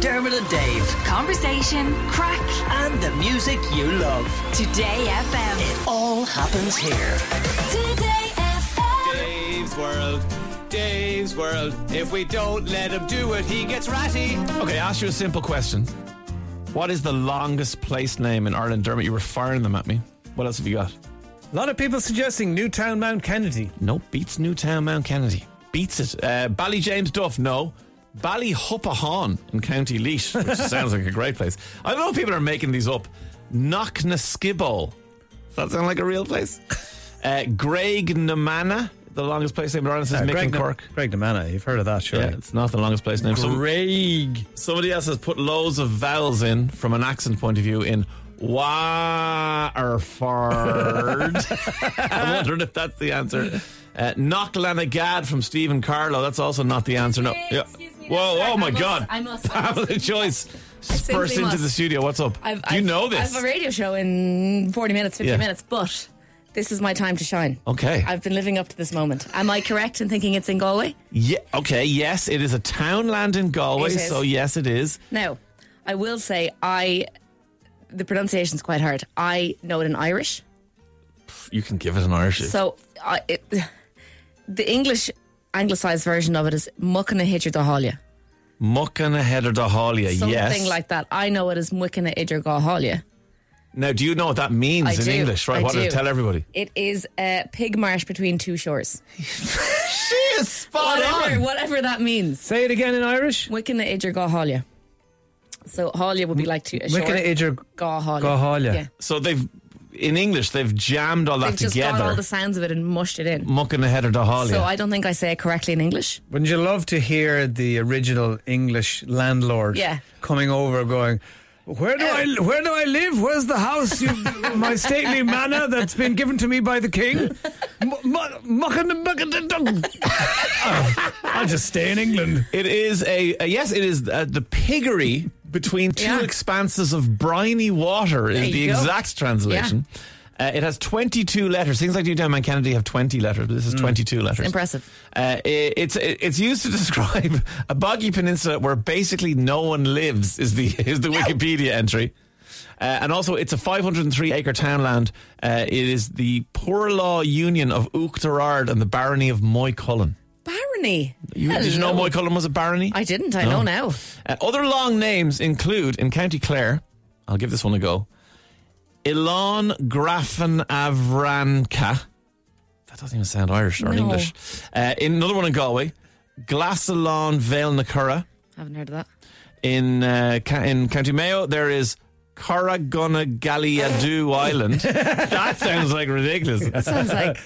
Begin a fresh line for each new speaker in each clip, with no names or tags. Dermot and Dave,
Conversation, crack,
and the music you love.
Today FM.
It all happens here.
Today FM.
Dave's World. Dave's World. If we don't let him do it, he gets ratty.
Okay, I ask you a simple question. What is the longest place name in Ireland, Dermot? You were firing them at me. What else have you got?
A lot of people suggesting Newtown Mount Kennedy.
No, beats Newtown Mount Kennedy. Beats it. Uh, Bally James Duff, no. Bally Hupahon in County Leash, which sounds like a great place. I don't know if people are making these up. Knock Naskibble. Does that sound like a real place? Uh, Greg Namana, the longest place name in Ireland, says
Uh,
Mick
Greg
and
Na-
Cork.
Greg Namana, you've heard of that, surely.
Yeah, it's not the longest place name. Some-
Greg.
Somebody else has put loads of vowels in from an accent point of view in Waterford. I'm wondering if that's the answer. Uh, Knock Lanagad from Stephen Carlo. That's also not the answer. No. Yeah.
Excuse me,
Whoa,
that's right.
oh my
I must-
God.
I must- I must-
Pamela Joyce
simply
burst into
must.
the studio. What's up?
I've,
you
I've-
know this.
I have a radio show in 40 minutes, 50
Yeah. Oh
minutes, but this is my time to shine.
Okay.
I've been living up to this moment. Am I correct in thinking it's in Galway?
yeah, okay, yes, it is a townland in Galway,
It is.
so yes, it is.
No. I will say, I. The pronunciation's quite hard. I know it in Irish.
You can give it an Irish.
So I, it, the English anglicised version of it is Muckina Hidger Dahalia.
Muckana Header Dahalia,
Something
yes.
like that. I know it as Muckina Hidger Gahalia.
now, do you know what that means
I
in
do,
English? Right,
I
what
do.
tell everybody?
It is a pig marsh between two shores.
She is spot
Whatever,
on.
whatever that means.
Say it again in Irish.
Wiccan Idger Gahalia. So Halia would be like to a
Wiccan
short
Idger
Gahalia.
Gahalia.
Yeah.
So they've in English they've jammed all
They've
that
just got all
together,
the sounds of it and mushed it in.
mucking ahead of the holly.
So I don't think I say it correctly in English.
Wouldn't you love to hear the original English landlord
Yeah. Uh,
coming over going, where do I where do I live? Where's the house? You, my stately manor that's been given to me by the king. M- m- muckin- muckin- I'll just stay in England.
it is a, a- yes, it is uh, the piggery between two
Yeah.
expanses of briny water is
you
the
go.
exact translation. Uh, it has 22 letters. Things like Newtown and Kennedy have 20 letters, but this is 22 letters.
Impressive.
Uh, it, it's it, it's used to describe a boggy peninsula where basically no one lives. Is the is the Wikipedia entry, uh, and also it's a 503 acre townland. Uh, it is the poor law union of Uachtarard and the barony of Moycullen.
Barony.
You, did you know
Hello.
Moycullen was a barony?
I didn't. I know now.
Uh, other long names include in County Clare. I'll give this one a go. Ilan Grafen Avranca. That doesn't even sound Irish or
No.
English. Uh, in another one in Galway, Glasalon Velnacura.
Haven't heard of that.
In uh, Ca- in County Mayo, there is Carragonagaliadu Island. That sounds like ridiculous.
Sounds like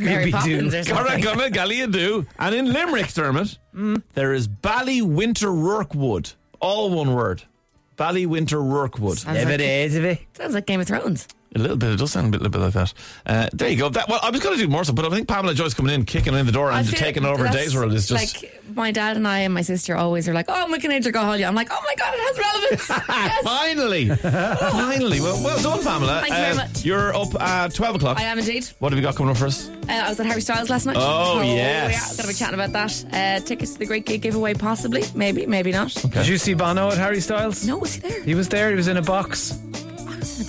Mary Poppins or something.
Carragonagaliadu. And in Limerick, Dermot, there is Bally Winter Rourkewood. All one word. Bally Winter Rourkewood.
Sounds like- Sounds like Game of Thrones.
A little bit. It does sound a bit, little bit like that. Uh, there you go. That, well, I was going to do more stuff, but I think Pamela Joyce coming in, kicking in the door,
I
and
feel
taking over
that's
Days World is just.
like my dad and I and my sister always are like, "Oh, Wiccan Idger Gahalia." I'm like, "Oh my god, it has relevance."
Ah,
yes.
finally, finally. Well, well done, Pamela. Um,
Thank you very much.
You're up at twelve o'clock.
I am indeed.
What have you got coming up for us?
Uh, I was at Harry Styles last night.
Oh, yes.
yeah. Gonna be chatting about that. Uh, tickets to the Great Gig giveaway, possibly, maybe, maybe not.
Did you see Bono at Harry Styles?
No, was he there?
He was there. He was in a box
I was in a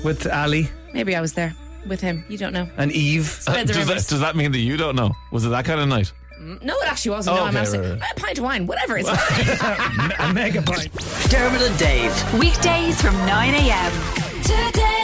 bar.
with Ali
Maybe I was there with him. You don't know.
and Eve.
Spread the
does, that,
rumors.
does that mean that you don't know? Was it that kind of night?
No, it actually wasn't.
Oh,
no, I'm
okay,
absolutely.
right, right.
A pint of wine, whatever. It's fine.
a mega pint.
Dermot and Dave.
Weekdays from 9 a.m. Today